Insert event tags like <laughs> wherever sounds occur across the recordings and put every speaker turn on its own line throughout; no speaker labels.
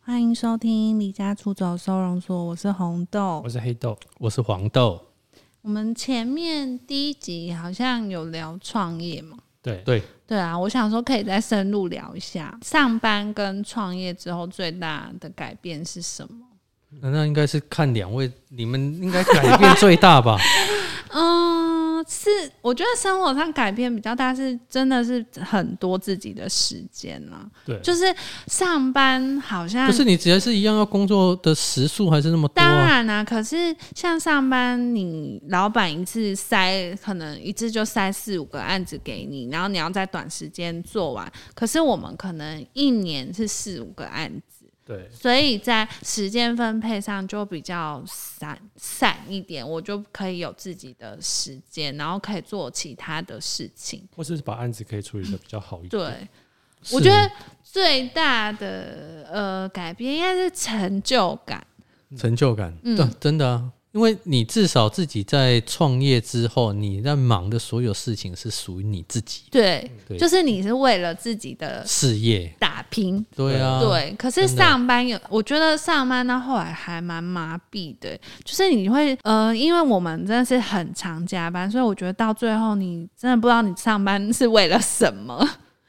欢迎收听《离家出走收容所》，我是红豆
我。是黑豆，我是黄豆。
我们前面第一集好像有聊创业嘛？
对
对，
对啊，我想说可以再深入聊一下，上班跟创业之后最大的改变是什么？
那那应该是看两位，你们应该改变最大吧？
嗯，是我觉得生活上改变比较大，是真的是很多自己的时间啦。
<laughs> 对
就是上班好像
可是你只要是一样要工作的时数还是那么多、
当
啊，
然啦、可是像上班，你老板一次塞，可能一次就塞四五个案子给你，然后你要在短时间做完。可是我们可能一年是四五个案子，
对，
所以在时间分配上就比较散散一点，我就可以有自己的时间，然后可以做其他的事情。
或是把案子可以处理的比较好一点。
对，
是
我觉得最大的呃改变应该是成就感。
成就感，
嗯
对，真的啊，因为你至少自己在创业之后，你在忙的所有事情是属于你自己
对，
对
就是你是为了自己的
事业，
打拼。
对啊，，
呃对，可是
真的
上班有，我觉得上班到后来还蛮麻痹的，就是你会呃，因为我们真的是很常加班，所以我觉得到最后你真的不知道你上班是为了什么。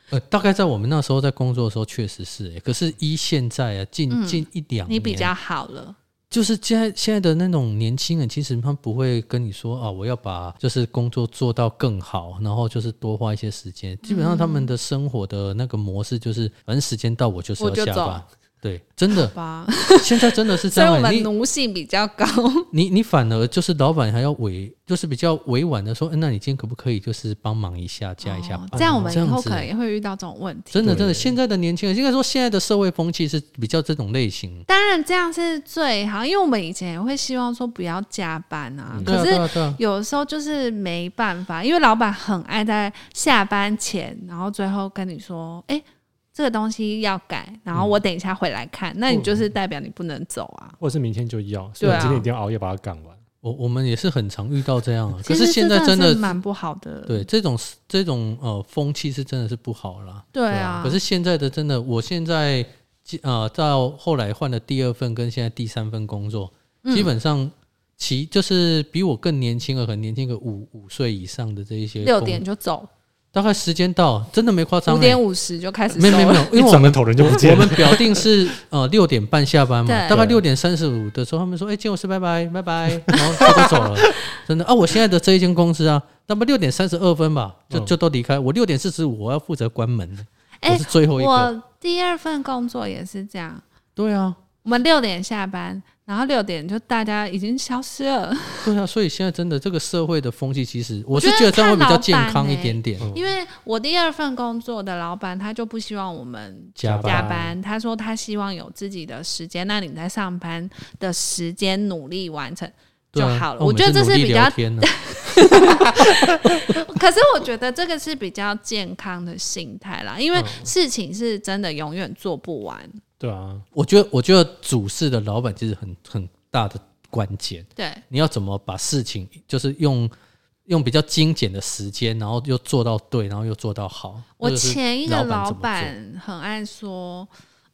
呃，大概在我们那时候在工作的时候确实是、欸，可是依现在啊，近、近一两年，
嗯你比较好了，
就是现在现在的那种年轻人，其实他们不会跟你说啊，我要把就是工作做到更好，然后就是多花一些时间。基本上他们的生活的那个模式就是，反正时间到我就是
我
要
就
下班
走。
对，真的
<laughs> 好，吧？
现在真的 <laughs> 是这
所以我
样欸。
们
你
奴性比较高。
你你反而就是老板还要委，就是比较委婉的说，嗯、那你今天可不可以就是帮忙一下，加一下
哦
班？
这样我们
这
以
样
后
子
可能也会遇到这种问题。
真的
对
真的，现在的年轻人应该说现在的社会风气是比较这种类型。
当然这样是最好，因为我们以前也会希望说不要加班啊，
对
可
啊
是
对啊对啊，
有的时候就是没办法，因为老板很爱在下班前，然后最后跟你说：“哎、这个东西要改，然后我等一下回来看。那你
嗯
就是代表你不能走啊。
或者是明天就要，
对
所以我
啊
今天一定要熬夜把它赶完。
我我们也是很常遇到这样啊。
其
可是
实
现在
这
真
的
的
是蛮不好的，
对，这种这种呃风气是真的是不好啦。
对啊。
可是现在的真的，我现在呃到后来换了第二份跟现在第三份工作，
嗯
基本上其就是比我更年轻的，很年轻个五五岁以上的这一些
六
工
点，就走，
大概时间到，真的没夸张、
五
欸，
点五十就开始
没有
收
没有
了
没有，因为
一
我
转
们
个头人就不见
我
了
们。表定是呃六点半下班嘛，
对
大概
对
六点三十五的时候，他们说：“哎、建老师，拜拜，拜拜。”然后他就走了。真的啊，我现在的这一间公司啊，那么六点三十二分吧，就
嗯
就都离开。我六点四十五，我要负责关门，
哎
我是最后一个。
我第二份工作也是这样，
对啊，
我们六点下班，然后六点就大家已经消失了。
对啊，所以现在真的这个社会的风气，其实我
觉
是
得
觉得这样会比
看老
较
板
健康一
欸
点点。
嗯
因为我第二份工作的老板他就不希望我们
加
加
班
班，他说他希望有自己的时间，那你在上班的时间努力完成
对
就
啊
好了。
那
哦
我
们
觉得这
努
是
力
比
聊
较，
天呢、
<laughs>
啊
可是我觉得这个是比较健康的心态啦，因为事情是真的永远做不完。
<laughs> 对啊，
我觉得，我觉得主事的老板其实很很大的关键。
对，
你要怎么把事情，就是用用比较精简的时间，然后又做到对，然后又做到好。
我
这就是
前一个老
老板怎么
板很爱说。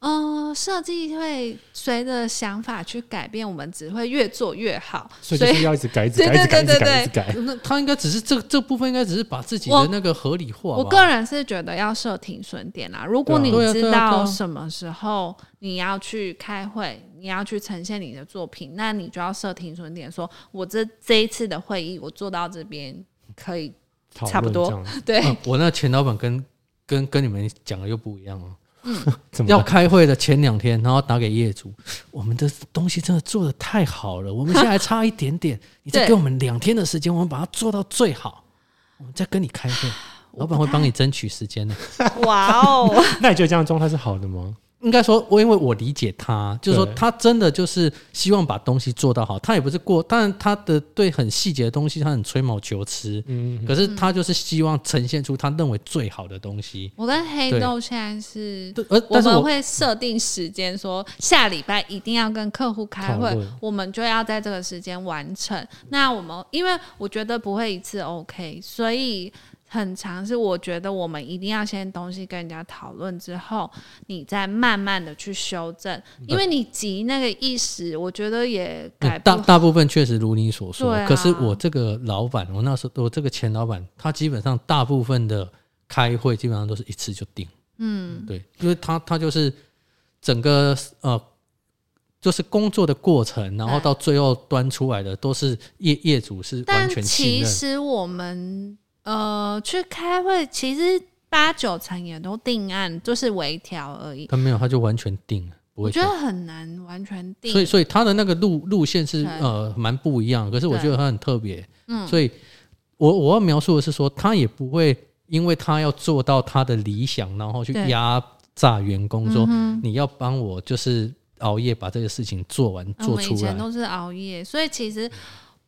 嗯，设计会随着想法去改变，我们只会越做越好。
所以就是要一直改，一直
对
改，一直
对
改，一直
对
改，一直改。
做那他应该只是这这部分应该只是把自己
我
的那个合理化吧。
我个人是觉得要设停损点啦。如果你
对啊对啊
知
对啊对
道
啊
什么时候你要去开会，你要去呈现你的作品，那你就要设停损点，说我这这一次的会议我做到这边可以， <laughs>
讨
差不
论
多
这样子
对，
嗯我那前老板跟跟跟你们讲的又不一样哦。
怎么
要开会的前两天，然后打给业主，我们的东西真的做的太好了，我们现在还差一点
<laughs>
点，你再
对
给我们两天的时间，我们把它做到最好，我们再跟你
<sighs>
开会，老板会帮你争取时间的。
哇哦，
那你觉得这样的状态是好的吗？
应该说，我因为我理解他，就是说
对
他真的就是希望把东西做到好，他也不是过，当然他的对很细节的东西他很吹毛求疵，
嗯，
可是他就是希望呈现出他认为最好的东西。
<laughs> 我跟黑
对
豆现在是。
对，而
我
但是
们
我
会设定时间，说下礼拜一定要跟客户开会
讨论，
我们就要在这个时间完成。那我们因为我觉得不会一次 OK，所以很长，是我觉得我们一定要先东西跟人家讨论之后，你再慢慢的去修正，因为你急那个一时，我觉得也改
嗯
不
大
好。
大部分确实如你所说，
对啊
可是我这个老板，我那时候我这个前老板，他基本上大部分的开会基本上都是一次就定，嗯，对，因为他他就是整个呃，就是工作的过程，然后到最后端出来的都是业业主是完
但
全信
其
任，
实我们呃去开会，其实八九成也都定案，就是微调而已。
他没有他就完全定了，不
我
会
觉
修
得很难完全定，
所以所以他的那个路路线是
对
呃蛮不一样，可是我
对
觉得他很特别。嗯，所以我我要描述的是说，他也不会因为他要做到他的理想，然后去
对嗯
压榨员工说、你要帮我就是熬夜把这个事情做完
嗯我
做
们以
出来嗯
前。都是熬夜，所以其实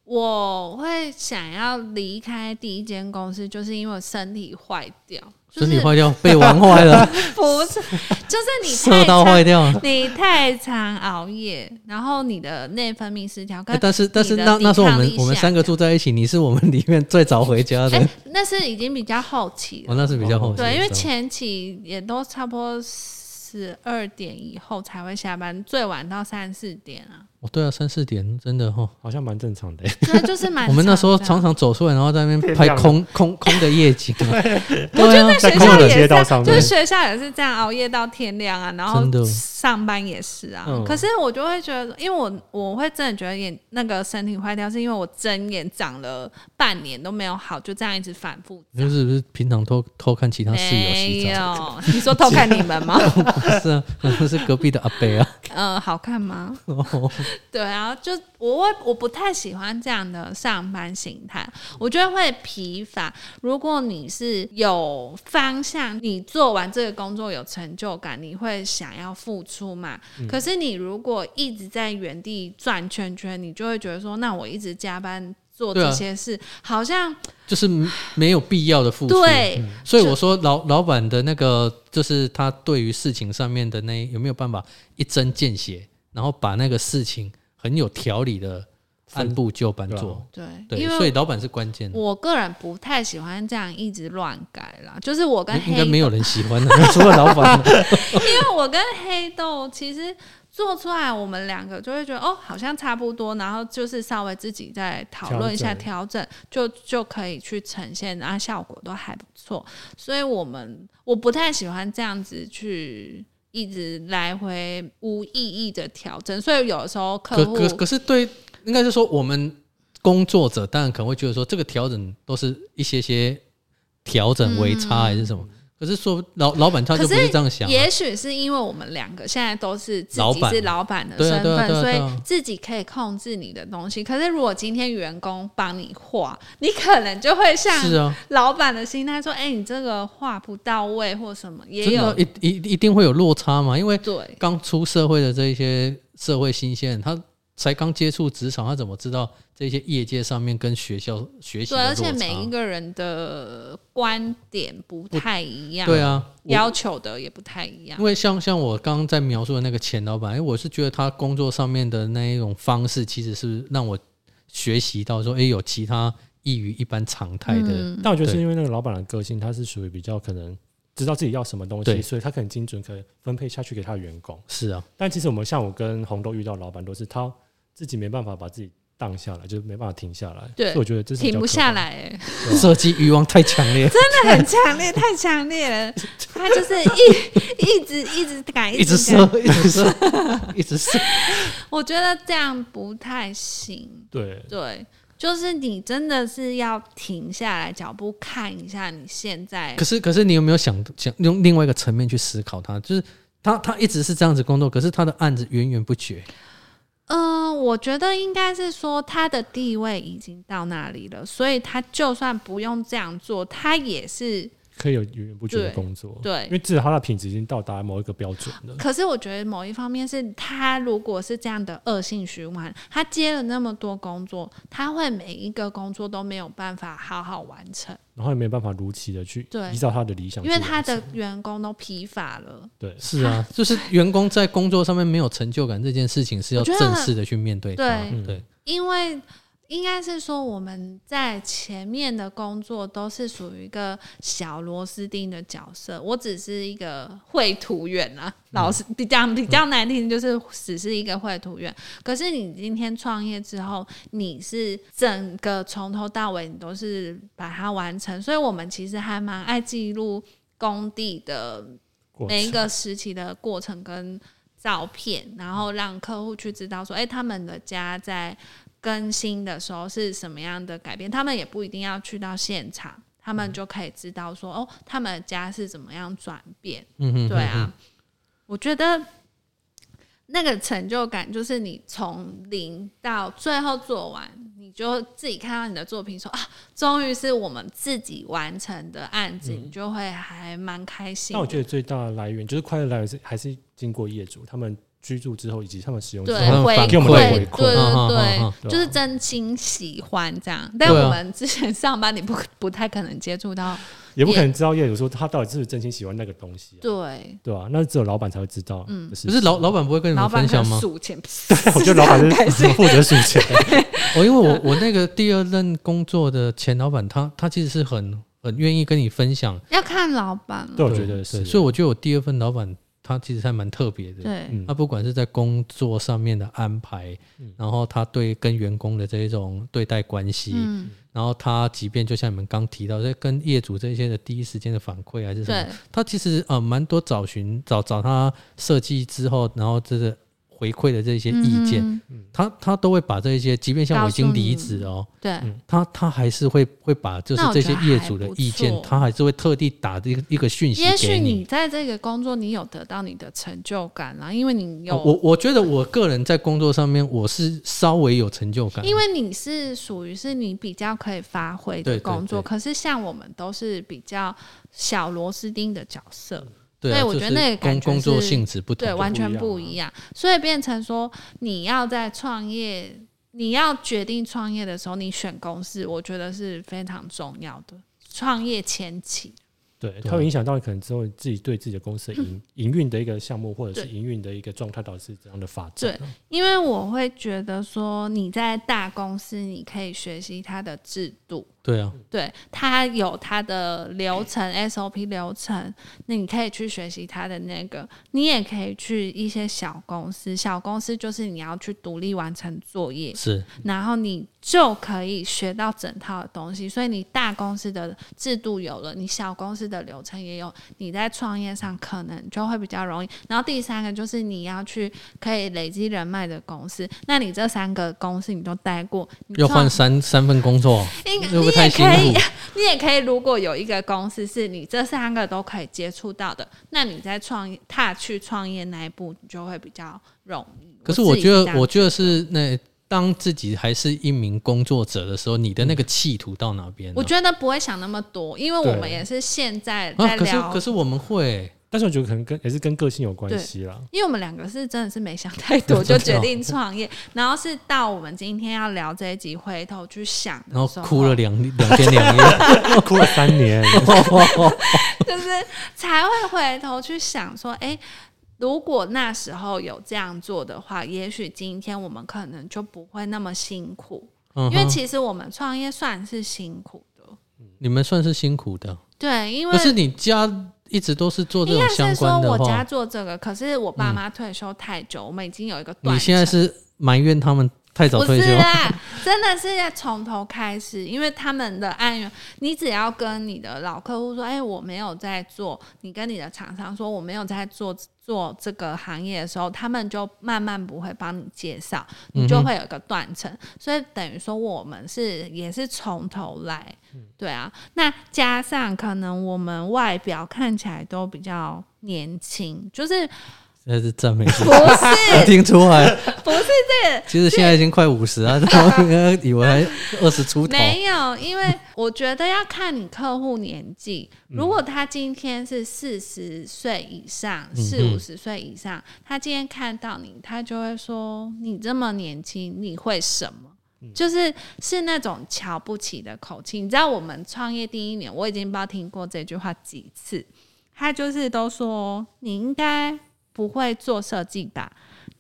我会想要离开第一间公司，就是因为我身体坏掉，就
身体
是 <laughs>
坏掉，被玩坏了，
不
<laughs>
是，就是你
射
太
到
常
坏掉了。
你太常熬夜，然后你的内分泌失调，跟
哎但是但是
你的
那
抵
那时候我
抗
们
力
我们
下
三个
降
住在一起，你是我们里面最早回家的
哎、，那是已经比较后期
我
了，
那是比较后期的时候。
对，因为前期也都差不多十二点以后才会下班，最晚到三四点啊，
哦对啊，三四点真的哦哈，
好像蛮正常
<laughs>
的。
这就是蛮
<laughs> 我们那时候
长的啊
常常走出来，然后在那边
变
拍
亮了
空空空的夜景
<laughs>
啊。对啊，
在
在
学
空
校也
的
是
街道上
就
面
是，学校也是这样熬夜到天亮啊，然后
真的
上班也是啊。
嗯
可是我就会觉得，因为我我会真的觉得眼那个身体坏掉，是因为我睁眼长了半年都没有好，就这样一直反复。
就是不是平常偷偷看其他室友
没
嗯洗澡？
有，你说偷看你们吗？
不 <laughs> 是啊，那是隔壁的阿伯啊。
嗯，好看
<laughs>
吗？
哦
对啊，就我会我不太喜欢这样的上班形态，我觉得会疲乏。如果你是有方向，你做完这个工作有成就感，你会想要付出嘛？
嗯
可是你如果一直在原地转圈圈，你就会觉得说，那我一直加班做
对
这
啊
些事，好像
就是没有必要的付出。，嗯
对。
所以我说老老板的那个，就是他对于事情上面的那有没有办法一针见血，然后把那个事情很有条理的按部就班
对啊
做。
对，
对
因，为
所以老板是关键的，
我个人不太喜欢这样一直乱改啦。就是我跟
应
黑
该没有人喜欢啊的，除了老板。
<laughs> 因为我跟黑豆其实做出来，我们两个就会觉得哦，好像差不多，然后就是稍微自己再讨论一下调整，就就可以去呈现，然后效果都还不错。所以我们我不太喜欢这样子去。一直来回无意义的调整，所以有的时候客
可
户
可可是对，应该是说我们工作者当然可能会觉得说这个调整都是一些些调整微差还是什么，可是说老老板他就不
嗯可
是
是
这样想、啊。
也许是因为我们两个现在都是自
老
己
板
是老板的
对啊
身
对啊
份，
对啊
所
对
以
啊
自己可以控制你的东西。可是如果今天员工帮你画， <laughs> 你可能就会像
是啊，
老板的心态说：“哎、你这个画不到位或什么。”也
真
有
的一一一定会有落差嘛，因为
对
刚出社会的这一些社会新鲜人，他才刚接触职场，他怎么知道这些业界上面跟学校学习
对，啊
的落
而
差？
且每一个人的观点不太一样，
对，啊，我
要求的也不太一样
因。为像像我刚刚在描述的那个前老板，哎，我是觉得他工作上面的那一种方式，其实是让我学习到说，哎，有其他异于一般常态的，
嗯，
<laughs> 但我觉得是因为那个老板的个性，他是属于比较可能知道自己要什么东西，
对
所以他可能精准可以分配下去给他的员工。
是啊，
但其实我们像我跟红豆遇到的老板都是他自己没办法把自己荡下来，就是没办法停下来。
对
所以我觉得这是比较
停不
可
下
怕的。
来、哎
<laughs> 设计欲望太强烈， <laughs>
真的很强烈，太强烈了。他就是一 <laughs> 一直一直改，
一直
直
射
改。，
一直射，一直射，
我觉得这样不太行。
对，
对，就是你真的是要停下来脚步，看一下你现在
可。是，可是你有没有想想用另外一个层面去思考他？就是他他一直是这样子工作，可是他的案子源源不绝。
嗯、我觉得应该是说他的地位已经到那里了，所以他就算不用这样做，他也是
可以有源源不绝的
对
工作。哦因
对。
为至少他的品质已经到达某一个标准了。
可是我觉得某一方面是他如果是这样的恶性循环，他接了那么多工作，他会每一个工作都没有办法好好完成，
然后也没办法如期的去
对
依照他的理想去
因
完
为
成，
他的员工都疲乏了。
对
是啊，就是员工在工作上面没有成就感这件事情是要
我觉得
正式的去面对它。
对
对，
因为应该是说我们在前面的工作都是属于一个小螺丝钉的角色，我只是一个绘图员啊，老师比较比较难听，就是只是一个绘图员。可是你今天创业之后，你是整个从头到尾你都是把它完成，所以我们其实还蛮爱记录工地的
过
每一
程
个时期的过程跟照片，然后让客户去知道说，哎、他们的家在更新的时候是什么样的改变，他们也不一定要去到现场，他
嗯
们就可以知道说，哦，他们的家是怎么样转变。
嗯哼，
对啊，我觉得那个成就感就是你从零到最后做完，你就自己看到你的作品说啊，终于是我们自己完成的案子，你就会还蛮开心
但嗯我
的。
觉得最大的来源就是快乐来源是还是经过业主他们居住之后以及他们使用之
对
后，
们
回
反
馈，
给我们的
对
回馈
对
嗯嗯嗯嗯
对，
嗯
就是真心喜欢这样。但我们之前上班，你不不太可能接触到，
也不可能知道业主说他到底是不是真心喜欢那个东西、啊，
对，
对吧、那只有老板才会知道。嗯，
可是老老板不会跟你
老
们
板
分
可
享
能
吗？
数钱，
<laughs> 我觉得老板
是这样开
是
心
负责数钱，
<laughs>
<laughs> 哦，因为我我那个第二任工作的前老板，他他其实是很很愿意跟你分享，
要看老板了，
对，我觉得是。
对所以我觉得我第二份老板他其实还蛮特别的，
对。
嗯
他不管是在工作上面的安排，然后他对跟员工的这一种对待关系，
嗯，
然后他即便就像你们刚提到，在跟业主这些的第一时间的反馈还是什
对
么，，他其实呃蛮多找寻找找他设计之后，然后这个回馈的这些意见，
嗯
他他都会把这一些，即便像我
告
已经
诉你
离职了哦，
对，
他他还是会会把就是
那我
这
觉
些
得
业
还
主的
不
意见
错，
他还是会特地打一个一个讯息
也许
给
你在这个工作，你有得到你的成就感啦，因为你有，
哦我我觉得我个人在工作上面我是稍微有成就感，
因为你是属于是你比较可以发挥的
对对
工作，
对
可是像我们都是比较小螺丝钉的角色，
对啊，
对我
就
觉得
是
那个感
工
觉
工作
是
性质不同
对，，完全不
不
一
一
样，所以变成说你要在创业，你要决定创业的时候，你选公司，我觉得是非常重要的。创业前期，
对，它会影响到可能之后自己对自己的公司的营营运的一个项目，或者是
嗯对
营运的一个状态，到底是怎样的发展啊？
因为我会觉得说你在大公司，你可以学习它的制度，
对啊，
对它有它的流程 SOP 流程，那你可以去学习它的那个，你也可以去一些小公司，小公司就是你要去独立完成作业，
是
然后你就可以学到整套的东西。所以你大公司的制度有了，你小公司的流程也有，你在创业上可能就会比较容易。然后第三个就是你要去可以累积人脉的公司，那你这三个公司你都待过，你
要
创
换三三份工作，
<laughs> 应该
会不
你
会太
也
辛
可以
苦？，
你也可以。如果有一个公司是你这三个都可以接触到的，那你在创业踏去创业那一步，你就会比较容易。
可是我
自己
觉
这
得，
样
我觉得是那当自己还是一名工作者的时候，你的那个企图到哪边呢、
嗯我觉得不会想那么多，因为我们
对
也是现在在
啊，可是
聊，
可是我们会，
但是我觉得可能跟也是跟个性有关系啦。
因为我们两个是真的是没想太
<laughs>
多就决定创业，然后是到我们今天要聊这一集，回头去想的时
然
候，啊
后哭了两两天
<laughs>
两夜，
哭了三年，
就是才会回头去想说，哎、如果那时候有这样做的话，也许今天我们可能就不会那么辛苦，
嗯
因为
哼
其实我们创业算是辛苦的，
你们算是辛苦的。
对，因为
可是你家一直都是做这
应
种
该
相
是说
关的
我家
话，嗯
做这个，可是我爸妈退休太久，我们已经有一个断层。
你现在是埋怨他们太早
不
退休
是，啊
<laughs>
啦，真的是要从头开始，因为他们的案源，你只要跟你的老客户说，哎、我没有在做，你跟你的厂商说我没有在做做这个行业的时候，他们就慢慢不会帮你介绍，你就会有一个断层，
嗯
所以等于说我们是也是从头来，
嗯
对啊，那加上可能我们外表看起来都比较年轻，就是
现在是赞美自己
不是
听出
<laughs>
来。
不是这个
其实现在已经快五十
<laughs>
啊，他们以为还二十出头。
没有，因为我觉得要看你客户年纪。
嗯
如果他今天是四十岁以上、
嗯
四五十岁以上，他今天看到你，他就会说：“你这么年轻，你会什么？”
嗯
就是是那种瞧不起的口气。你知道，我们创业第一年，我已经不知道听过这句话几次。他就是都说你应该不会做设计吧？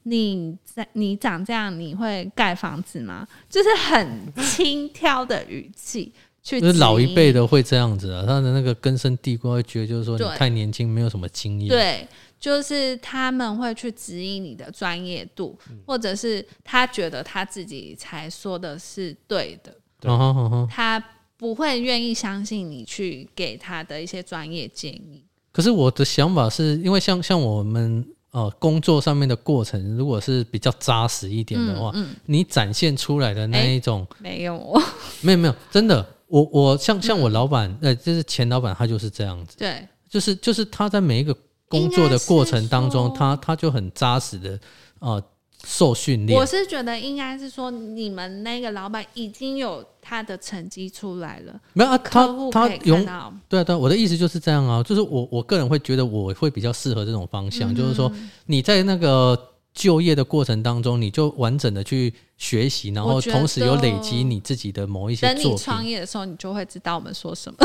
你在你长这样，你会盖房子吗？就是很轻佻的语气去质
<laughs> 就
疑，
是老一辈的会这样子啊，他的那个根深蒂固，会觉得就是说你
对
太年轻，没有什么经验。，
对，就是他们会去质疑你的专业度，
嗯
或者是他觉得他自己才说的是对的，
嗯哼嗯哼。
他不会愿意相信你去给他的一些专业建议。
可是我的想法是因为像像我们呃工作上面的过程，如果是比较扎实一点的话，
嗯
你展现出来的那一种，
没有我，
没有没有，真的，我我像
嗯
像我老板，呃，就是前老板，他就是这样子，
对
就是就是他在每一个工作的过程当
应
中，
该是
他他就很扎实的呃受训练
我。是觉得应该是说你们那个老板已经有他的成绩出来了，
没有啊，他
客户
他
可以看
永
到。
对啊，对啊，我的意思就是这样啊，就是我我个人会觉得我会比较适合这种方向，就是说
嗯
你在那个就业的过程当中，你就完整的去学习，然后
我觉得
同时有累积你自己的某一些
等你
作
创
品。
业的时候，你就会知道我们说什
<laughs>
么，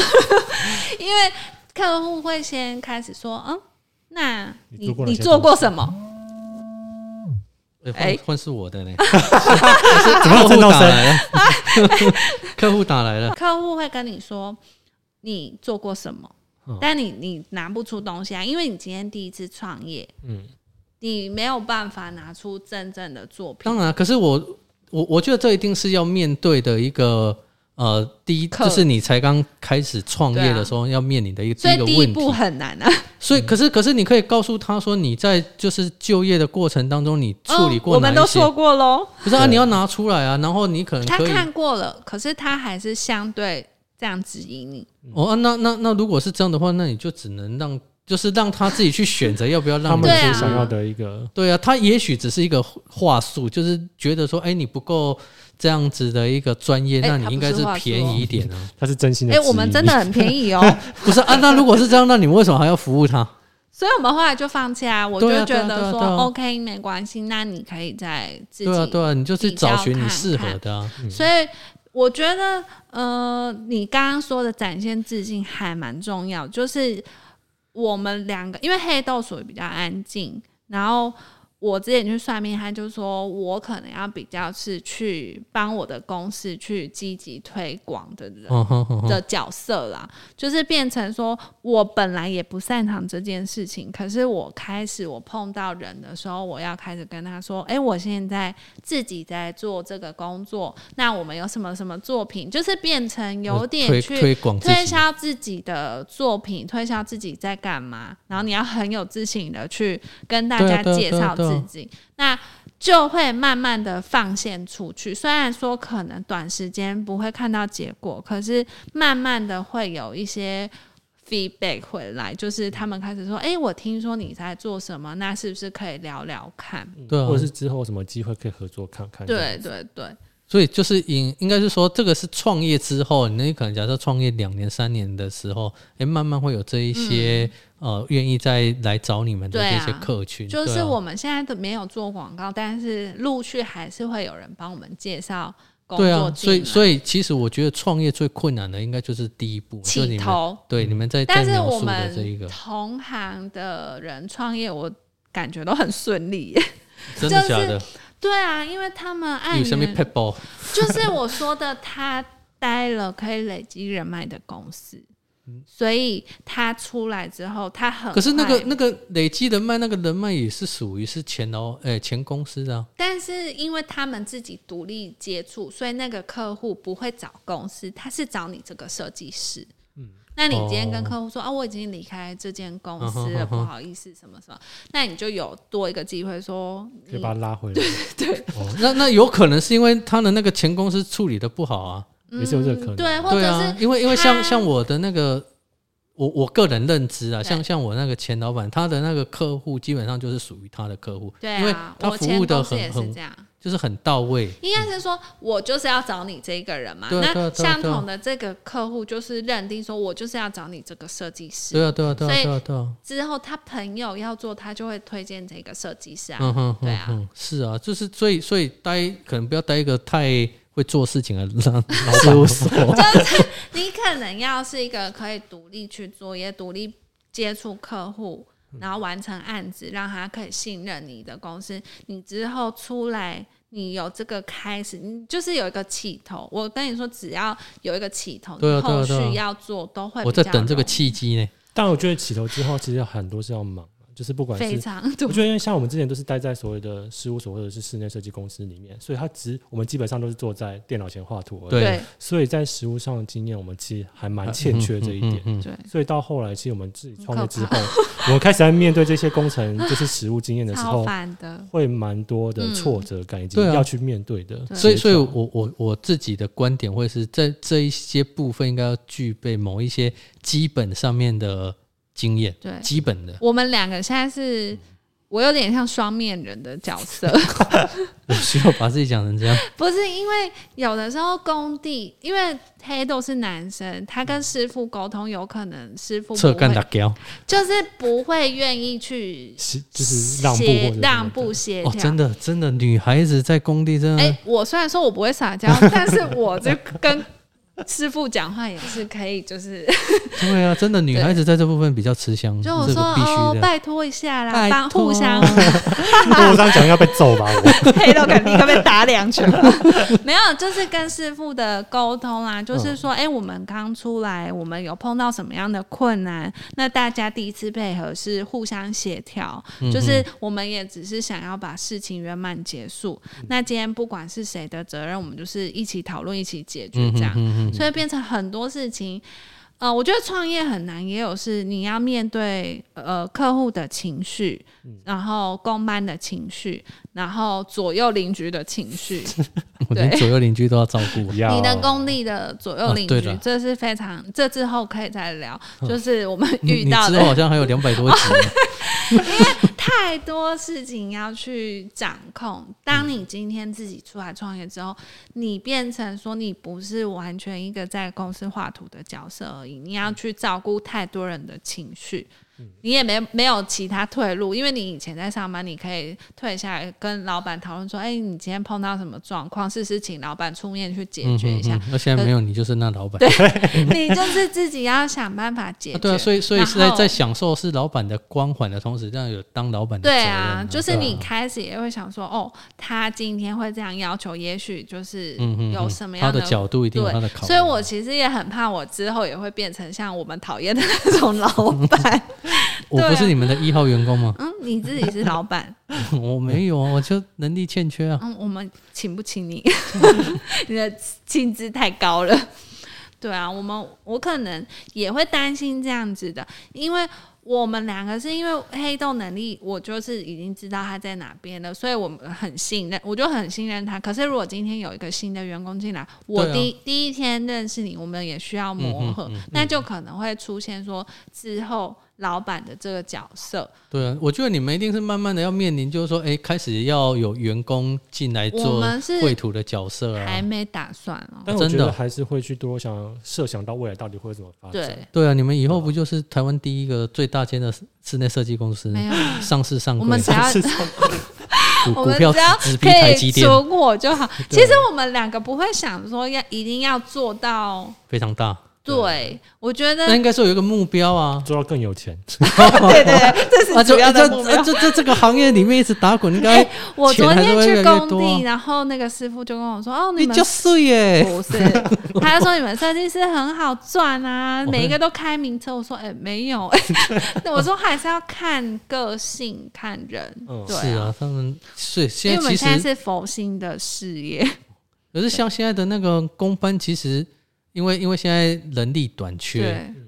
因为客户会先开始说，嗯，那你
你做过哪
你
些
做
东
过什么？
哎
哎
换换是
<laughs>
我的嘞，怎么客户打来了？客户打来了，
<laughs>
<laughs>
客户会跟你说你做过什么，
嗯
但你你拿不出东西来，啊因为你今天第一次创业，
嗯，
你没有办法拿出真正的作品
当。然啊，可是我我我觉得这一定是要面对的一个。呃，第一
课啊
就是你才刚开始创业的时候，要面临的一个
所以
个
第一
问题
步，很难啊，
所以，可是，可是，你可以告诉他说，你在就是就业的过程当中，你 <laughs> 处理
嗯
过
我
哪
们
一
都
些？
说过喽，
不是啊，
对
你要拿出来啊，然后你可能
他
可以
看过了，可是他还是相对这样质疑你。
哦，啊那那那如果是这样的话，那你就只能让就是让他自己去选择要不要
他
让你
们
对啊
是想要的一个，
对啊，他也许只是一个话术，就是觉得说，哎，你不够这样子的一个专业，
哎
那
他
你
不
应该
是
是
话术
便
哦
宜一点啊。
他是真心的
哎、
质疑。
我们真的很便宜
<laughs>
哦，
不是啊，那如果是这样，那你为什么还要服务他？
所以我们后来就放弃啊，我就
对啊
觉
对啊
得说、
对啊
OK 没关系，那你可以再 <laughs> 自己。
对啊，对啊，你就去
比较
找寻你
看
适合
看
的啊。
所以我觉得，呃，你刚刚说的展现自信还蛮重要，就是我们两个，因为黑豆属于比较安静，然后。我之前去算命，他就说我可能要比较是去帮我的公司去积极推广的人，
嗯哼哼
<laughs>
哼，
的角色啦，就是变成说我本来也不擅长这件事情，可是我开始我碰到人的时候，我要开始跟他说，哎、我现在自己在做这个工作，那我们有什么什么作品，就是变成有点
呃哦推
去。
推广自
推
己
销自己的作品，推销自己在干嘛，然后你要很有自信的去跟大
对
家
啊对啊
介
对啊
绍
对啊
自己，那就会慢慢的放线出去。虽然说可能短时间不会看到结果，可是慢慢的会有一些 feedback 回来，就是他们开始说：“哎、我听说你在做什么，那是不是可以聊聊看
对啊，
或者是之后有什么机会可以合作看？”看。
对对
嗯
对，
所以就是应应该是说，这个是创业之后，你可能假设创业两年、三年的时候，诶，慢慢会有这一些、呃，愿意再来找你们
嗯
的
对
这
啊
些客群。
就
对
是
啊
我们现在都没有做广告，但是陆续还是会有人帮我们介绍工
对
作
啊，所以
以
所以其实我觉得创业最困难的应该就是第一步，就是
起
你们
头。
对你们在在
但是
描
我
述的这一
们
个，
同行的人创业，我感觉都很顺利耶。
真的假的？
<laughs> 对啊，因为他们爱
有什
<laughs>
么
人，
people？
就是我说的，他待了可以累积人脉的公司，所以他出来之后，他很
嗯可是那个
快
那个累积人脉，那个人脉也是属于是前老诶、前公司的、啊。
但是因为他们自己独立接触，所以那个客户不会找公司，他是找你这个设计师。
嗯
那你今天跟
哦
客户说、啊，我已经离开这间公司
嗯哼
了，
嗯哼
不好意思，什么什么，那你就有多一个机会说，
可以
你
把他拉回来，
哦，那那有可能是因为他的那个前公司处理的不好啊。
也是有这个可能。
嗯对，或
对
者
啊
是，
因为因为
他
像像我的那个，我我个人认知啊，
对
像像我那个前老板，他的那个客户基本上就是属于他的客户，
对
因为
啊，
他
我
服
前
务的
公司也
很
是
很
这样。
就是很到位。
应该是说，我就是要找你这个人嘛。
对啊对啊
那
对啊
相同的这个客户就是认定说，我就是要找你这个设计师。
对啊，对啊，对啊，
所以
对啊，对啊，
之后他朋友要做，他就会推荐这个设计师啊。
嗯哼，
对
嗯
啊
哼，是啊，就是所以所以待可能不要待一个太会做事情的让
<laughs>
老板
事务所，
你可能要是一个可以独立去作业、独立接触客户，
嗯
然后完成案子，让他可以信任你的公司，你之后出来。你有这个开始，你就是有一个起头。我跟你说，只要有一个起头，
对啊
你后
对啊对啊
续要做都会比较容易。
我在等这个契机
<laughs>
呢。
但我觉得起头之后，其实很多是要忙的，就是不管
非
是
常多
我觉得，因为像我们之前都是待在所谓的事务所或者是室内设计公司里面，所以他只我们基本上都是坐在电脑前画图而已。
对
对
所以在实务上的经验，我们其实还蛮欠缺这一
嗯
点。
嗯嗯嗯
对，
所以到后来，其实我们自己创业之后
很，
<laughs> 我们开始在面对这些工程就是实务经验的时
嗯 <laughs> 超
候，
烦的。
会蛮多的挫折感，以及
对啊
要去面对的。
对
所以，所以我我我自己的观点会是在这一些部分应该要具备某一些基本上面的经验，
对
基本的。
我们两个现在是，我有点像双面人的角
<laughs>
色，
我需要把自己讲成
<laughs>
这样，
不是因为有的时候工地，因为黑豆是男生，他跟师傅沟通，有可能师傅不
侧干打
会，
胶
就是不会愿意去
是就是让步
协
或者
让
<laughs> 什么
步协
哦，
调。
真的真的，女孩子在工地真的，
哎、我虽然说我不会
<laughs>
撒娇，但是我这跟师傅讲话也是可以，就是
对啊，真的女孩子在这部分比较吃香，
就我
这
说
个必
哦
须，的。
拜托一下啦，
拜
帮互
托
相
的。我这样讲要被揍 <laughs> 吧？我
黑到肯定要被打两拳了。 <laughs> 没有，就是跟师傅的沟通啦、就是说，哎、我们刚出来，我们有碰到什么样的困难？那大家第一次配合是互相协调，就是我们也只是想要把事情圆满结束。那今天不管是谁的责任，我们就是一起讨论，一起解
嗯
决这样。所以变成很多事情。呃，我觉得创业很难，也有是你要面对呃客户的情绪，然后公班的情绪，然后左右邻居的情绪，
嗯我连
对
左右邻居都要照顾。
要
你的功力的左右邻
啊对
居，
了
这是非常这之后可以再聊，就是我们
你
遇
你
到
之后嗯好
<laughs> 的
像还有两百多集呢，
太多事情要去掌控。当你今天自己出来创业之后，你变成说你不是完全一个在公司画图的角色而已，你要去照顾太多人的情绪。
嗯
你也没没有其他退路，因为你以前在上班，你可以退下来跟老板讨论说，哎、你今天碰到什么状况，是不是请老板出面去解决一下？
嗯嗯嗯那现在没有你就是那老板。
你就是自己要想办法解决。
啊对啊，所以所以
然
是在
后
在享受是老板的光环的同时，让有当老板的责
对
任
啊，就是
对
你开始也会想说，哦，他今天会这样要求，也许就是
嗯嗯，嗯
有什么
他
样
的角度一定有
对
他的考量，啊
所以我其实也很怕，我之后也会变成像我们讨厌的那种老板。
我不
对
是
啊？
你们的一号员工吗
嗯，你自己是老板，
我没有啊，我就能力欠缺啊。
嗯，我们请不起
<laughs>
你，你的薪资太高了。对啊，我们我可能也会担心这样子的，因为我们两个是因为黑洞能力，我就是已经知道他在哪边了，所以我们很信任，我就很信任他。可是如果今天有一个新的员工进来，我
对啊嗯
第、第一天认识你，我们也需要磨合，那就可能会出现说之后老板的这个角色，
对啊，我觉得你们一定是慢慢的要面临，就是说，哎，开始要有员工进来
我
做
们是
绘图的角色啊
还。没打算哦。
但我觉
真的
得还是会去多想设想到未来到底会怎么发展。
对，
对啊，你们以后不就是台湾第一个最大间的室内设计公司，
没有。
上市上
我
柜，
们只要
是这样
股
我
股
们只
票
要
直逼
可
台积
以
电，
存活就好。其实我们两个不会想说要一定要做到。
非常大。
对，我觉得
那应该说有一个目标啊，
做到更有钱，
<laughs> 对对对，这是
啊，就
主要
就
的目标
就。在这个行业里面一直打滚，应该
哎我昨
钱还是
天
会
去
越来越
工
多啊
地，然后那个师傅就跟我说：“哦，
你
们
就碎耶。
不是，
<laughs>
他就说你们设计师很好赚
<laughs>
啊，每一个都开名车。”我说：“哎，没有。哎”我说还是要看个性，看人
嗯。
对
是啊，他们是
因为我
现在
们
其
现在
实，
是佛心的事业，
可是像现在的那个工班，其实因为因为现在人力短缺，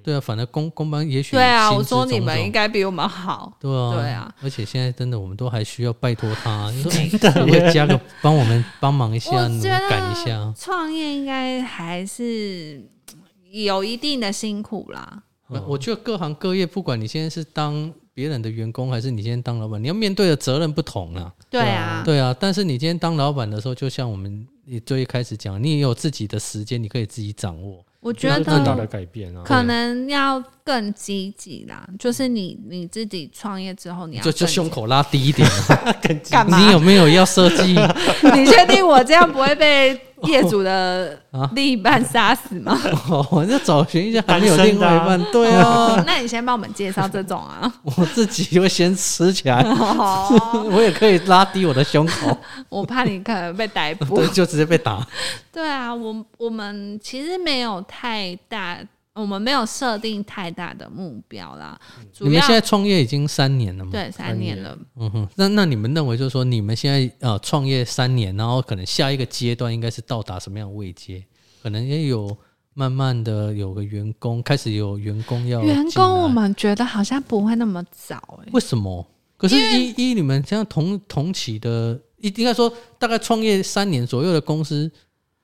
对
对啊，反正工工班也许
对啊，我
薪资
说你
种
们
种
应该比我们好。
对啊，
对啊，
而且现在真的我们都还需要拜托他，
<laughs>
就说哎可不可以加个帮我们帮忙一下，
我
你
觉得
赶一下。
创业应该还是嗯有一定的辛苦啦。
嗯
我觉得各行各业，不管你现在是当别人的员工，还是你今天当老板，你要面对的责任不同啊。
对啊，
啊
对啊，但是你今天当老板的时候，就像我们你最一开始讲，你也有自己的时间，你可以自己掌握。
我觉
就是更大的
得
改变啊。
可能要更积极啦，就是你你自己创业之后，你要
嗯就就
更
胸口拉低一点。啊
<laughs> 干嘛？
你有没有要设计？
<laughs> 你确定我这样不会被业主的
<laughs> 啊
另一半杀死吗？
哦，我就找寻一下还没有
单
另
身的
外
啊
一半。 <laughs>
<laughs>
对啊，
那你先帮我们介绍这种啊。
<laughs>
<laughs>
我自己会先吃起来，
哦，
<laughs> 我也可以拉低我的胸口，
我怕你可能被逮捕。
对，就直接被打。
对啊，我我们其实没有太大，我们没有设定太大的目标啦。
你
主
们
要
现在创业已经三年了吗？，
对三
三
年
年
了，
嗯哼。那那你们认为就是说，你们现在呃创业三年，然后可能下一个阶段应该是到达什么样的位阶？可能也有慢慢的有个员工开始有员工要
员
进来
工我们觉得好像不会那么早哎、
为什么？可是依依你们这样同同期的，应应该说大概创业三年左右的公司，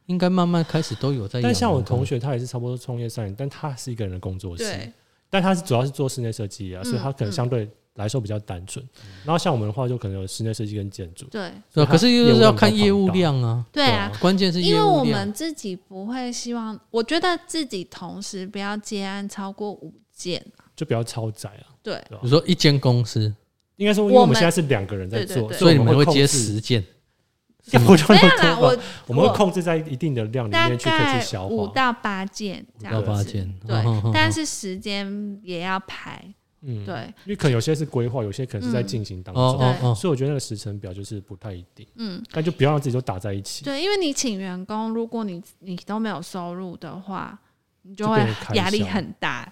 应该慢慢开始都有在养人。
但像我同学，他也是差不多创业三年，但他是一个人的工作室
对，，嗯
但他是主要是做室内设计啊，所以他可能相对来说比较单纯。然后像我们的话，就可能有室内设计跟建筑，
对
对啊，可是又是要看业
业务
务
量比较
量啊，
对啊，
关键是
因
业
为我
务量
们。自己不会希望，我觉得自己同时不要接案超过五件。
就比较超载啊。
对，
你说一间公司，
应该说，因为
我
我们
们
现在是两个人在
对对
做，
对
所以你们
我
会
控
接
制
十件，
也 <laughs> 不叫
没有
做
啦，
偷
我 <laughs>
吧我们
我
会控制在一定的量里
大
面去可以去
概
消
五
化。
到八件这样
到
子。
八件。
对
嗯哼，哼 <laughs>
但
哼
是时间也要排。
嗯，
对，
因为可能有些是规划，有些可能
嗯
是在进行当
哦
中，
哦
对
哦，
所以我觉得那个时程表就是不太一定，
嗯，
但就不要让自己都打在一起。
对，因为你请员工，如果你你都没有收入的话，你就
就
会
变成开
压力
销
很大。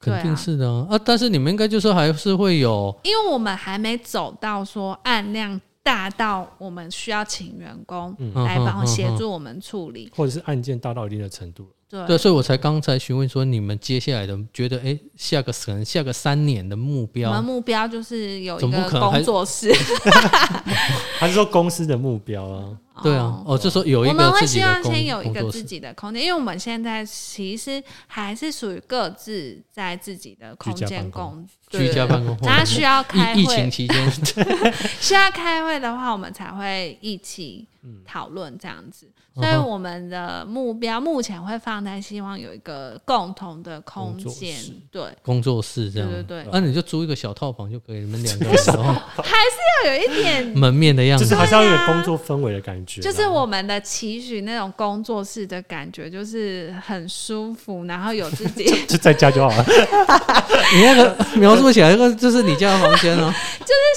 对啊
肯定是的啊。啊但是你们应该就是还是会有
因为我们还没走到说案量大到我们需要请员工
嗯
来帮
嗯嗯
协
嗯
助我们处理。
或者是案件大到一定的程度了，
对，
对，所以我才刚才询问说，你们接下来的觉得，哎，下个可能下个三年的目
我们
标，
目标就是有一
总不
个
可能还
工作室。
还是说公司的目标啊？
对啊，哦，就说有
我
一
们
个
会
自己
希
的
望
工
先有一
工
个
作
自
室，
己的空间，因为我们现在其实还是属于各自在自己的空
居家
间
办公
工
居家办公或
然后需要开
疫疫情
会，
期间，
需要开会的话，我们才会一起
嗯
讨论这样子。所以
嗯哼
我们的目标目前会放在希望有一个共同的空
工作
间
室，
对，
工作室这样，
对对对
那、你就租一个小套房就可以，你们两个
<laughs>
人， <laughs> 然后
要有一
嗯
点。
门面的样
就
子
是，还是要有点工作氛围的感觉啦。
<laughs> 啊就是我们的期许那种工作室的感觉，就是很舒服，然后有自
<laughs>
己 <laughs>
就在家就好了，
你那个描述起来，那个就是你家的房
<laughs>
间哦，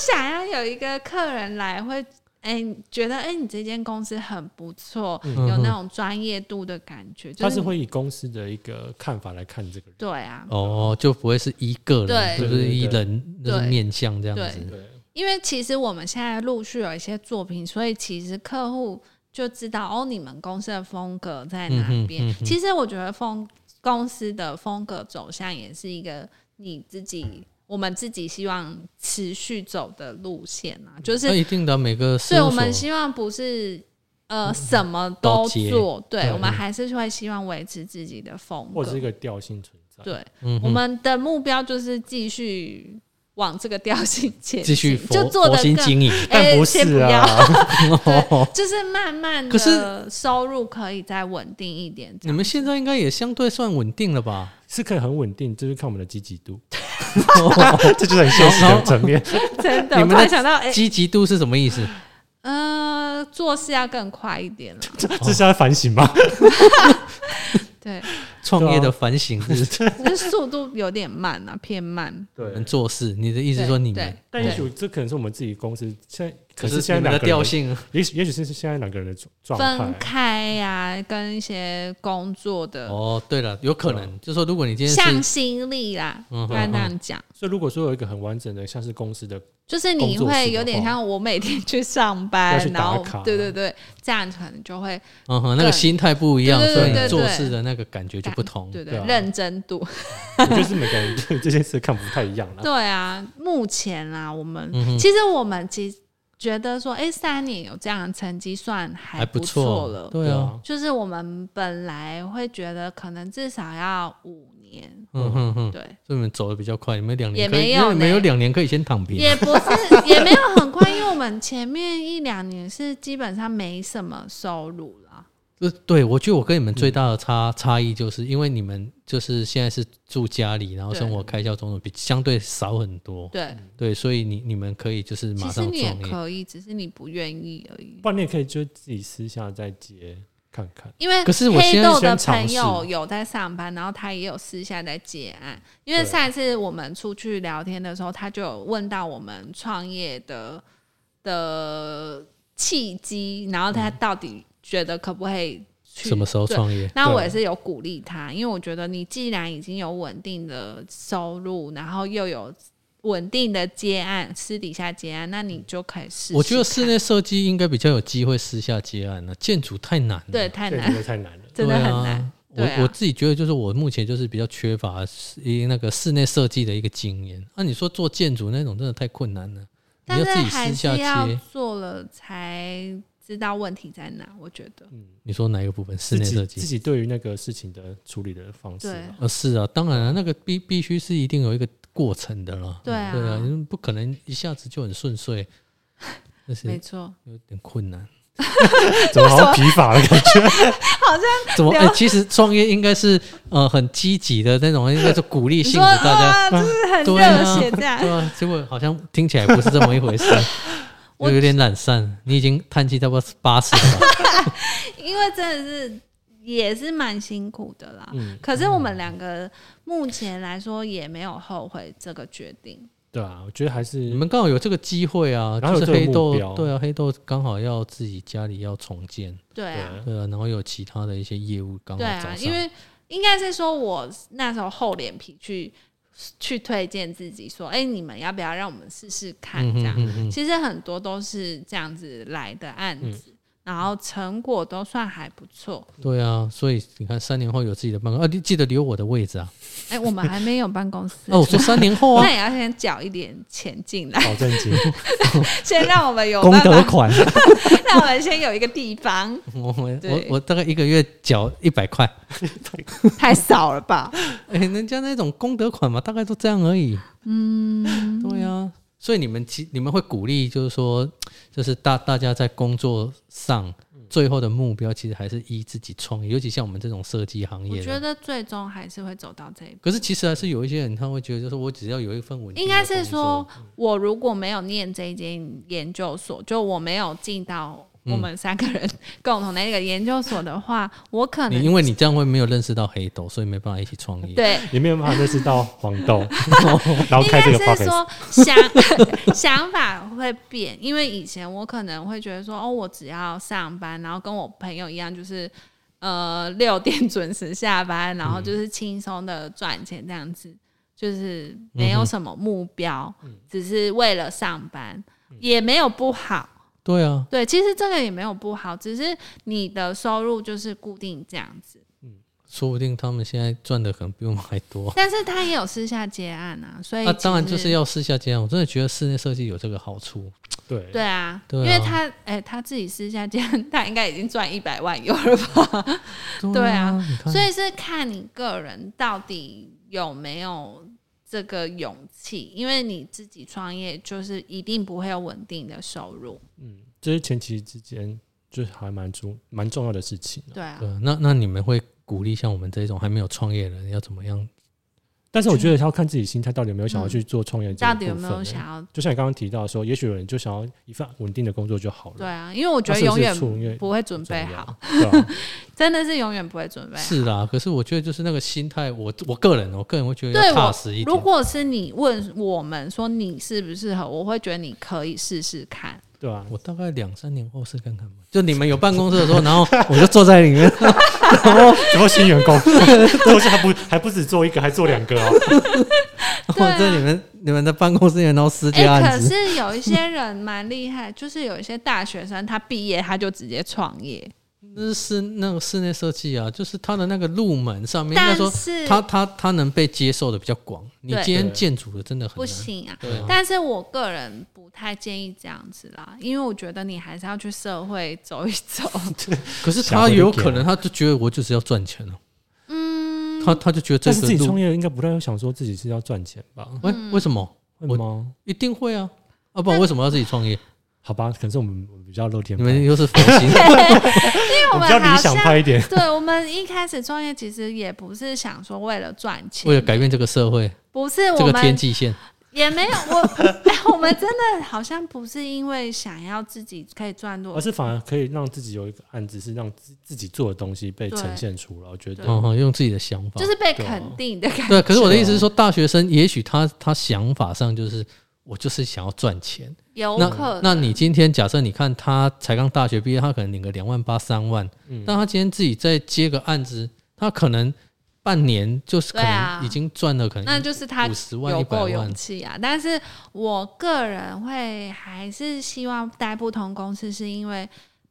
想要有一个客人来会，哎、觉得哎、你这间公司很不错，
嗯
有那种专业度的感觉，就
他
是
是
你
会以公司的一个看法来看这个人。
对啊，
哦，就不会是一个人，
对
就
对
是
对
一
对
人，就是
对
面相这样子
对，
对，
因为其实我们现在陆续有一些作品，所以其实客户就知道哦，你们公司的风格在哪边。
嗯哼嗯哼
其实我觉得风公司的风格走向也是一个你自己。我们自己希望持续走的路线啊，就是
那一定的啊每个事
所以
务
我
所嗯
们希望不是呃什么
都
都
接
做，对
对
我们还是会希望维持自己的风
或者是一
格。
个调性存在。
对，
嗯
我
哼
们的目标就是继续往这个调性前
继续
进
佛
就做
佛
的
心
更，
经营，
但
哎
不
先
是
不
啊
要，
哦
就是慢慢
可
的
是
收入可以再稳定一
<laughs>
点。
你们现在应该也相对算稳定了吧？
<laughs> 是可以很稳定，就是看我们的积极度， <laughs> 这就是很现实的层面。
哦
真的，
你
我
们
突
的
然想到，哎、
积极度是什么
<laughs>
意思？
呃，做事要更快一点了。啊
这是要反省吗？
<laughs>
对，
创业的反省是
就是速度有点慢啊，偏慢。
你们做事，你的意思说你们
对，
但也
对
许这可能是我们自己公司现在，可
就是
现
你
在
们
两
的
个人
调，性，
也许也许是现在两个人的状状
分
态。啊
开呀、跟一些工作的
哦，对了，有可
啊
能，就说如果你今天
向
是
心力啦，
嗯
不然
嗯
那样讲，
所以如果说有一个很完整的，像是公司的， <laughs>
就是你
工作室
会
的
有点
话
像我每天去上
要
班
去，打
然后
卡
对对对，这样可能就会
嗯哼，那个心态不一样，
对对
所以
对
你
对
做
对
事的那个感觉就不同。
对
对
对
啊
认真度，
我觉得是每个人对这件事看不太一样啦。
对啊，目前啊，我们
嗯哼
其实我们其实觉得说，哎，三年有这样的成绩算还
还不
不
错
错了，
对啊，，
就是我们本来会觉得可能至少要五年，
啊
嗯哼哼，
对，
所以你们走的比较快，你们两年
也
可以，
没
因
有
为你们
呢
有两年可以先躺平，
也不是，也没有很快，因为我们前面一两年是基本上没什么收入啦。
呃，对，我觉得我跟你们
嗯
最大的差、差异就是，因为你们就是现在是住家里，然后
对
生活开销种种比相对少很多，
对，
对，所以你你们可以就是马
其实
上
你也
创业。
可以，只是你不愿意而已。
不然你也可以就自己私下再接看看。
因为
可是我
黑
现在
豆的
先尝
朋
试
友有在上班，然后他也有私下在接案。因为
对
上一次我们出去聊天的时候，他就有问到我们创业的的契机，然后他到底觉得可不可以去
什么时候
对
创业？啊
那我
对
也是有鼓励他，因为我觉得你既然已经有稳定的收入，然后又有稳定的接案，私底下接案，那你就可以试试看。
我觉得室内设计应该比较有机会私下接案了、建筑太难了，
对太
这
难，
个太难了。
真的
对
很
啊
难。
我、
对啊
我自己觉得，就是我目前就是比较缺乏是一那个室内设计的一个经验。啊那、你说做建筑那种真的太困难了，你
但是
自己
还
私
是
下
要
接。
做了才知道问题在哪。我觉得，
嗯，
你说哪一个部分？室
自
内
己
设
自
计？
己对于那个事情的处理的方式
对 <laughs>
啊，
呃，是啊，当然了、那个必必须是一定有一个过程的了。
对啊
对啊，因为不可能一下子就很顺
<laughs>
遂，那是
没错，
有点困难。
怎么好像疲乏了感觉？
怎么？
聊
哎、其实创业应该是呃很积极的那种，应该是呃鼓励
你
性
说
质，大家。
啊，就是很
对
热
啊
血这样
对。啊，结果好像听起来不是这么一回事，
<laughs> 我
我有点懒散。你已经叹气差不多八十了
<laughs>
吧？
因为真的是也是蛮辛苦的啦。
嗯
可是我们两个目前来说也没有后悔这个决定。
对啊，我觉得还
你
是
们刚好有这个机会啊，
然后
就是
有这个
黑
目
豆，
标
对啊，黑豆刚好要自己家里要重建，
对
对
啊，
啊
对啊，然后有其他的一些业务刚好
对
找
啊，
上，
因为应该是说我那时候厚脸皮去去推荐自己说，哎、你们要不要让我们试试看
嗯
这
哼
样？
嗯哼，嗯
其实很多都是这样子来的案子，然后成果都算还不错。
对啊，所以你看三年后有自己的办公啊，你记得留我的位置啊。
哎、我们还没有办公室
<laughs> 哦，我说三年后啊
那，也要先缴一点钱进来，
好震惊，
先让我们 <laughs> 有
功
办
德
法，
款，
让我们先有一个地方。
<laughs> 我我我
对
我大概一个月缴一百块，
太少了
<laughs>
吧？
哎、人家那种功德款嘛，大概都这样而已。嗯，对啊，所以你们其你们会鼓励，就是说，就是大大家在工作上最后的目标，其实还是依自己创业，尤其像我们这种设计行
我
业
觉
的。
得最终还是会走到这一步。
可是其实还是有一些人，他会觉得，就是我只要有一份稳定
应
的
该
工作，
是说，
嗯
我如果没有念这一间研究所，就我没有进到我们三个人共同的一个研究所的话，我可
你
能
因为你这样会没有认识到黑豆，所以没办法一起创业。
对。
也没有办法认识到黄
<laughs>
豆，然后
应
开
该
这个
是
podcast，
说想 <laughs> 想法会变，因为以前我可能会觉得说，哦，我只要上班，然后跟我朋友一样，就是呃六点准时下班，然后
嗯
就是轻松的赚钱这样子，就是没
嗯
有什么目标，只是为了上班，
嗯
也没有不好。
对啊，
对，其实这个也没有不好，只是你的收入就是固定这样子。
说不定他们现在赚的可能比我们还多。
但是他也有私下接案啊，所以
那、当然
其
就
实
是要试下这样，我真的觉得室内设计有这个好处。
对
对啊，
对
因为
啊
他哎、他自己私下这样，他应该已经赚一百万有了吧？对啊
你看
所以是看你个人到底有没有这个勇气，因为你自己创业就是一定不会有稳定的收入，
嗯，这是前期之间就是还蛮重蛮重要的事情啊、
对啊，
对，那那你们会鼓励像我们这种还没有创业的人要怎么样？
但是我觉得要看自己心态到底有没有想要去做创业
嗯
这
到
个
底有
部
没
分
有
欸
想要？
就像你刚刚提到说，也许有人就想要一份稳定的工作就好了。
对啊，因为我觉
那
得
是不
永
是
远
创业
不会准
很重
备
要，
好，
对啊
真的是永远不会准备好。
是啦，可是我觉得就是那个心态，我我个人我个人会觉得
对
要
我
踏实一
如
点。
果是你问我们说你适不适合，我会觉得你可以试试看。
对啊，
我大概两三年后试看看吧。就你们有办公室的时候，然后我就坐在里
<laughs>
面，
啊
然后
怎么新员工？做事还不还不止做一个，还做两个哦。
然后在你们你们的办公室里面，然后私接
哎、
案
可
子。
是有一些人蛮厉
<laughs>
害，就是有一些大学生，他毕业他就直接创业，
那是那个室内设计啊，就是它的那个入门上面，应该
但
说
是
它它它能被接受的比较广。你
对
今天
对
建筑的真的很
不
难。
行啊。
对啊，
但是我个人不太建议这样子啦，因为我觉得你还是要去社会走一
<laughs>
走。
可是
想
他
回
有
去
可
啊
能，他就觉得我就是要赚钱了、嗯，他他就觉得这
但是
个
自己
路
创业应该不太会想说自己是要赚钱吧？
嗯
喂，为什么？
会吗？
一定会啊！啊，不然为什么要自己创业？
好吧，可能是我们我们比较露天
你
派，
们又是佛
<laughs>
心，
因为
我
我们
们比较理
好像
想派一点。
对我们一开始创业，其实也不是想说为了赚钱，
为了改变这个社会，
不是
这
我
个
们
天际线，
也没有我，哎我们真的好像不是因为想要自己可以赚多
哦
而是反而可以让自己有一个案子，是让自自己做的东西被呈现出来。我觉
对
得
嗯哼，用自己的想法
<laughs> 就。是被
对啊
肯定的感觉。
对，可是我的意
啊
思是说，大学生也许他他想法上就是我就是想要赚钱。
游
那
客，
那你今天假设你看他才刚大学毕业，他可能领个两万八三万，
嗯
但他今天自己再接个案子，他可能半年就是可
对啊
能已经赚了可
那
能
就是他
五十万
有
一百
够
万
勇。气啊！但是我个人会还是希望待不同公司，是因为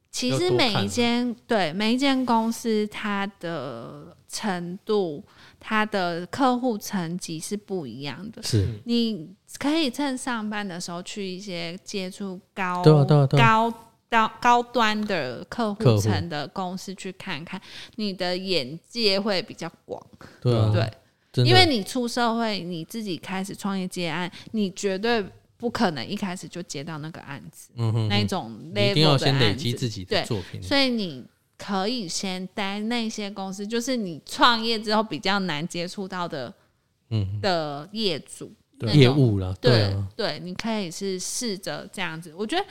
其
要
实
多
每
看
一
啊
间对每一间公司它的程度、它的客户层级是不一样的。
是，
你可以趁上班的时候去一些接触高
对啊对啊对啊
高高高端的客
客
户
户
层的公司去看看，你的眼界会比较广，
对啊，
对，
真的，
因为你出社会，你自己开始创业接案，你绝对不可能一开始就接到那个案子，
嗯哼
那一
哼
种
你一定
level
要
的
先累
案
积
子，
自己
对
的作品。
所以你。可以先待那些公司，就是你创业之后比较难接触到的
嗯，
的业主，那
业
种
务啦，对
对
啊，
对，你可以是试着这样子。我觉得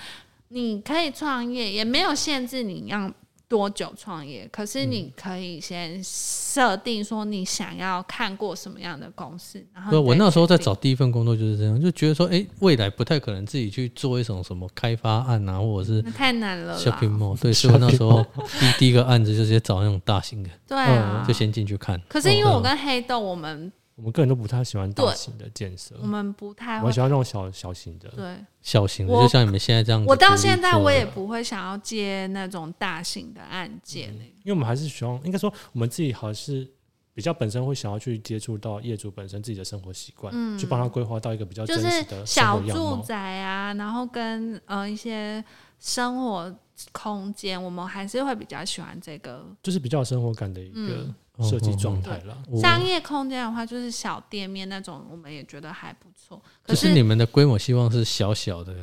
你可以创业，也没有限制你要多久创业，可
嗯
是你可以先设定说你想要看过什么样的公司。然后
对啊，
你
我
再
那时候在
决定
找第一份工作就是这样，就觉得说，哎，未来不太可能自己去做一种什么开发案啊，或者是
那太难了
shopping
啦，
mall，对，所以我那
<laughs>
时候第第一个案子就直接找那种大型的，
对啊
就。先进去看。
可是因为我
嗯
跟黑豆，我们
我们个人都不太喜欢大
对
型的建
嗯
设，
我们不太
我
会
喜。欢那种小小型的。
对
小型的，
我
就像你们现在这样子独
我
立做的。
到现在我也不会想要接那种大型的案件、欸
因为我们还是希望，应该说我们自己还是比较本身会想要去接触到业主本身自己的生活习惯，去帮他规划到一个比较
嗯就
哦真
是
实的生
小
活样
住
貌。
宅啊，然后跟呃一些生活呃空间，我们还是会比较喜欢这个。
就是比较有生活感的一个
嗯
设计
嗯嗯
状
嗯
态啦。
我
商业空间的话，就是小店面那种，我们也觉得还不错。可
就是你们的规模希望是小小的，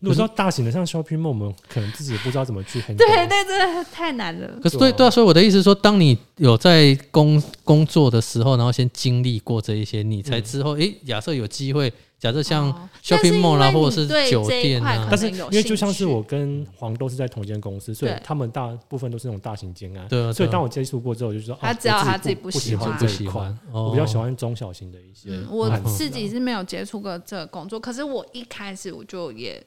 如果说大型的像 shopping mall，我们可能自己也不知道怎么去 handle。
<laughs> 对对对，太难了。
可是
对啊
对对啊，所以我的意思是说，当你有在工工作的时候，然后先经历过这一些，你才之后，诶，假设有机会，假设像
嗯哦
shopping mall 啦，
但是因为
或
你
者是
对
酒
这一
店
块可
啊
但，是
能有
因为就像是
兴趣嗯
我跟黄都是在同一间公司，所以
对
他们大部分都是那种大型建案。
对啊对啊
所以当我接触过之后，我就说，
他
啊
知道
我
他
自
自己
己
不
不喜
喜
欢
欢
这
不
一
喜
块，
欢，哦
我
我
比较喜欢中小型的一些案
嗯
子。，
我自己是没有接触过这个工作，可是我一开始我就也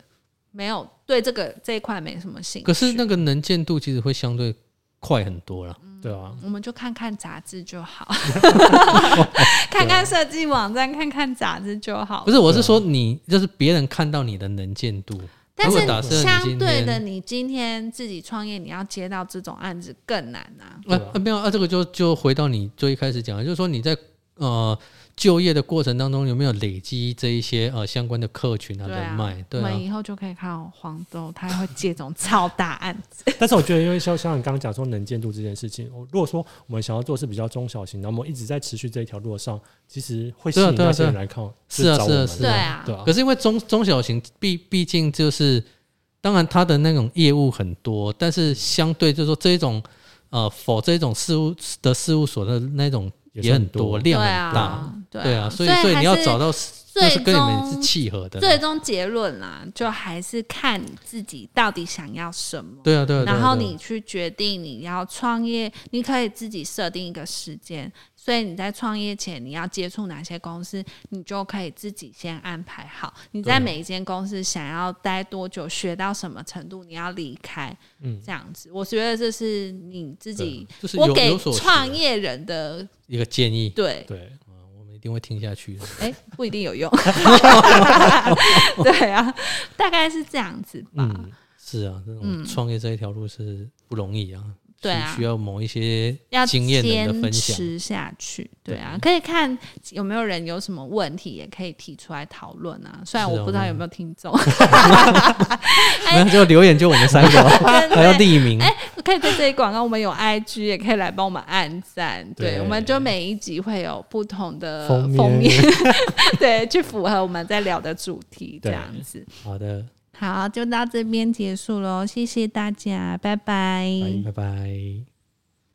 没有对这个这一块没什么兴趣。
可是那个能见度其实会相对快很多啦。
嗯
对啊，
我们就看看杂志就好，看看设计网站，看看杂志就好
不。是，
啊
我是说你就是别人看到你的能见度，
但
如
是
果打算你
相
今
对的，
天
你今天自己创业，你要接到这种案子更难啊。
啊
对啊
啊没有啊，这个就就回到你最一开始讲的，就是说你在呃就业的过程当中有没有累积这一些呃相关的客群啊
对
人
啊
脉？，对
我
啊
们，以后就可以看到黄豆，他会接这种超大案子。
但是我觉得，因为像像你刚刚讲说能见度这件事情，我如果说我们想要做是比较中小型，然后我们一直在持续这一条路上，其实会吸
对啊
引
对啊
那些人
对
来看，
是啊
就找我们
是啊是
对啊，
对啊
可，是因为中中小型毕毕竟就是，当然它的那种业务很多，但是相对就是说这一种呃否这种事务的事务所的那种
也
也
是
很
很
多
多
对
量很大，
啊，
对啊，所以所以
还
你要
是
找到就是跟你们是
终
契合的啦，
最终结论啦，就还是看你自己到底想要什么。
对啊对啊，对啊
然后
对啊
你去决定你要创业，你可以自己设定一个时间，所以你在创业前你要接触哪些公司，你就可以自己先安排好。你在
对
每一间公司想要待多久，学到什么程度，你要离开，嗯，这样子，我觉得这是你自己，
就是
我
有
给
有所取
创
的
业人的
一个建议，
对，
对，
我们一定会听下去的。
哎、不一定有
<laughs>
用， <laughs> 对啊，大概是这样子吧，
嗯，
是啊，这种创业这一条路是不容易啊，
嗯对
是
啊
需要某一些
要
经验人的分享
坚。持下去，对啊，可以看有没有人有什么问题，也可以提出来讨论啊。虽然
是
我
啊
不知道有没有听众，
哦
<laughs>
没有就留言就我们三个哦，
<laughs> 对哎
还要匿名。
可以在这里广告，我们有 IG，也可以来帮我们按赞。对，
对
我们就每一集会有不同的
封
<laughs>
面
面，对，去符合我们在聊的主题这
对
样子。
好的，
好，就到这边结束喽，谢谢大家，拜拜嗯
拜拜。